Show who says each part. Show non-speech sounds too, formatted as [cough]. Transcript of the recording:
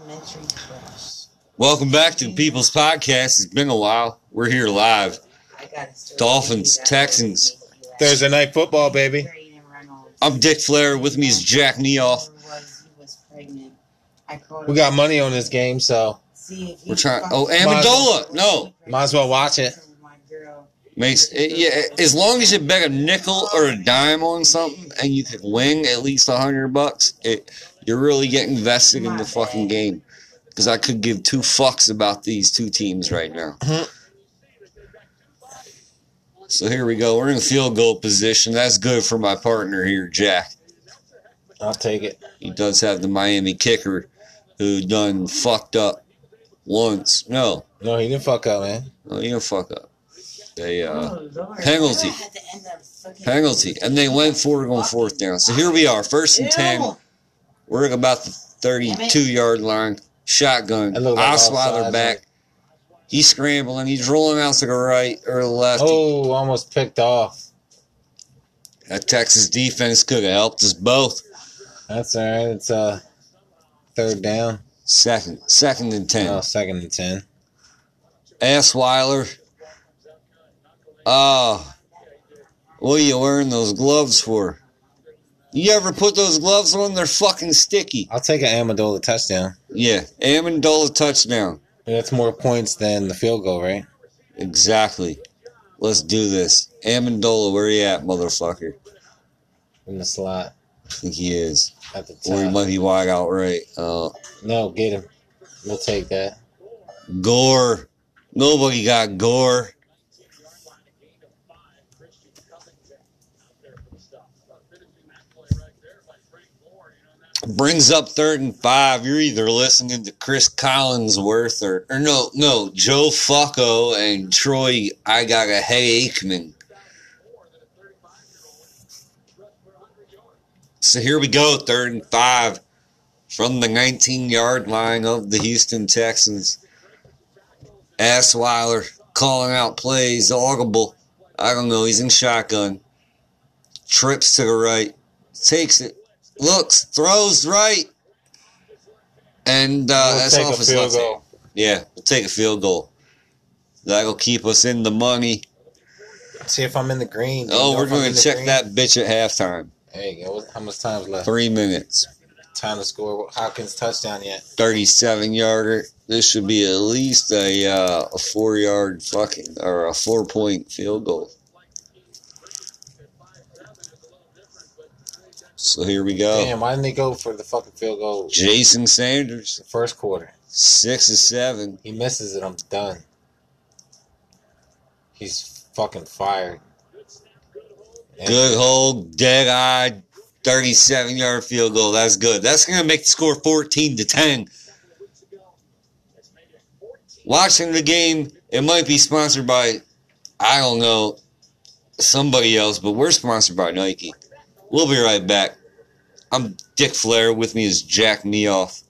Speaker 1: Elementary Press.
Speaker 2: Welcome back to the People's Podcast. It's been a while. We're here live.
Speaker 1: I got it. started.
Speaker 2: Dolphins,
Speaker 1: You got it.
Speaker 2: Texans.
Speaker 3: Thursday night football, baby.
Speaker 1: Brayden Reynolds.
Speaker 2: I'm Dick Flair. With me is Jack Neoff.
Speaker 1: He was- he was pregnant. I called
Speaker 3: We got money on this game, so
Speaker 1: See if he
Speaker 2: We're trying-
Speaker 1: fucking-
Speaker 2: oh, Amendola! No.
Speaker 3: Might as well watch it.
Speaker 1: My girl.
Speaker 2: Makes eh, yeah. As long as you bet a nickel or a dime on something and you can win at least a hundred bucks, it, you're really getting vested in the fucking game. Because I could give two fucks about these two teams right now.
Speaker 3: Mhm.
Speaker 2: So here we go. We're in field goal position. That's good for my partner here, Jack.
Speaker 3: I'll take it.
Speaker 2: He does have the Miami kicker who done fucked up once. No,
Speaker 3: No, he didn't fuck up, man.
Speaker 2: no, he didn't fuck up. They uh,
Speaker 1: oh, Lord.
Speaker 2: penalty.
Speaker 1: I had to end up fucking-
Speaker 2: penalty, and they went for it on fourth down. So here we are, first and ten.
Speaker 1: Ew.
Speaker 2: We're at about the thirty-two yard line. Shotgun.
Speaker 3: That looked like
Speaker 2: Osweiler
Speaker 3: offside,
Speaker 2: back. He's scrambling. He's rolling out to the right or the left.
Speaker 3: Oh, almost picked off.
Speaker 2: That Texas defense could have helped us both.
Speaker 3: That's all right. It's uh third down.
Speaker 2: Second, second and ten.
Speaker 3: Oh, second and ten.
Speaker 2: Assweiler. Ah, what are you wearing those gloves for? You ever put those gloves on? They're fucking sticky.
Speaker 3: I'll take an Amendola touchdown.
Speaker 2: Yeah, Amendola touchdown.
Speaker 3: That's more points than the field goal, right?
Speaker 2: Exactly. Let's do this. Amendola, where you at, motherfucker? [laughs]
Speaker 3: In the slot
Speaker 2: I think he is.
Speaker 3: at the
Speaker 2: Or he
Speaker 3: top.
Speaker 2: might be wide out right. Uh,
Speaker 3: No, get him. We'll take that.
Speaker 2: Gore. Nobody got Gore. Brings up third and five. You're either listening to Chris Collinsworth or, or no, no, Joe Fucko and Troy. I got a headache, man. So here we go, third and five from the 19 yard line of the Houston Texans. Assweiler calling out plays, audible. I don't know. He's in shotgun. Trips to the right, takes it, looks, throws right, and uh,
Speaker 3: We'll
Speaker 2: that's
Speaker 3: take
Speaker 2: off
Speaker 3: a
Speaker 2: his
Speaker 3: field
Speaker 2: left hand.
Speaker 3: goal.
Speaker 2: Yeah, we'll take a field goal. That'll keep us in the money.
Speaker 3: See if I'm in the green.
Speaker 2: Oh,
Speaker 3: Know
Speaker 2: we're
Speaker 3: if I'm
Speaker 2: going
Speaker 3: in
Speaker 2: to
Speaker 3: the
Speaker 2: check
Speaker 3: green.
Speaker 2: that bitch at halftime.
Speaker 3: There you go. How much time's left?
Speaker 2: Three minutes,
Speaker 3: Time to score Hopkins touchdown yet?
Speaker 2: thirty-seven yarder. This should be at least a uh, a four-yard fucking or a four-point field goal. So here we go.
Speaker 3: Damn, why didn't they go for the fucking field goal?
Speaker 2: Jason Sanders,
Speaker 3: The first quarter.
Speaker 2: six to seven.
Speaker 3: He misses it, I'm done. He's fucking fired. And
Speaker 2: Good hold, dead-eyed, thirty-seven-yard field goal. That's good. That's gonna make the score fourteen to ten. Watching the game, it might be sponsored by, I don't know, somebody else, but we're sponsored by Nike. We'll be right back. I'm Dick Flair. With me is Jack Neoff.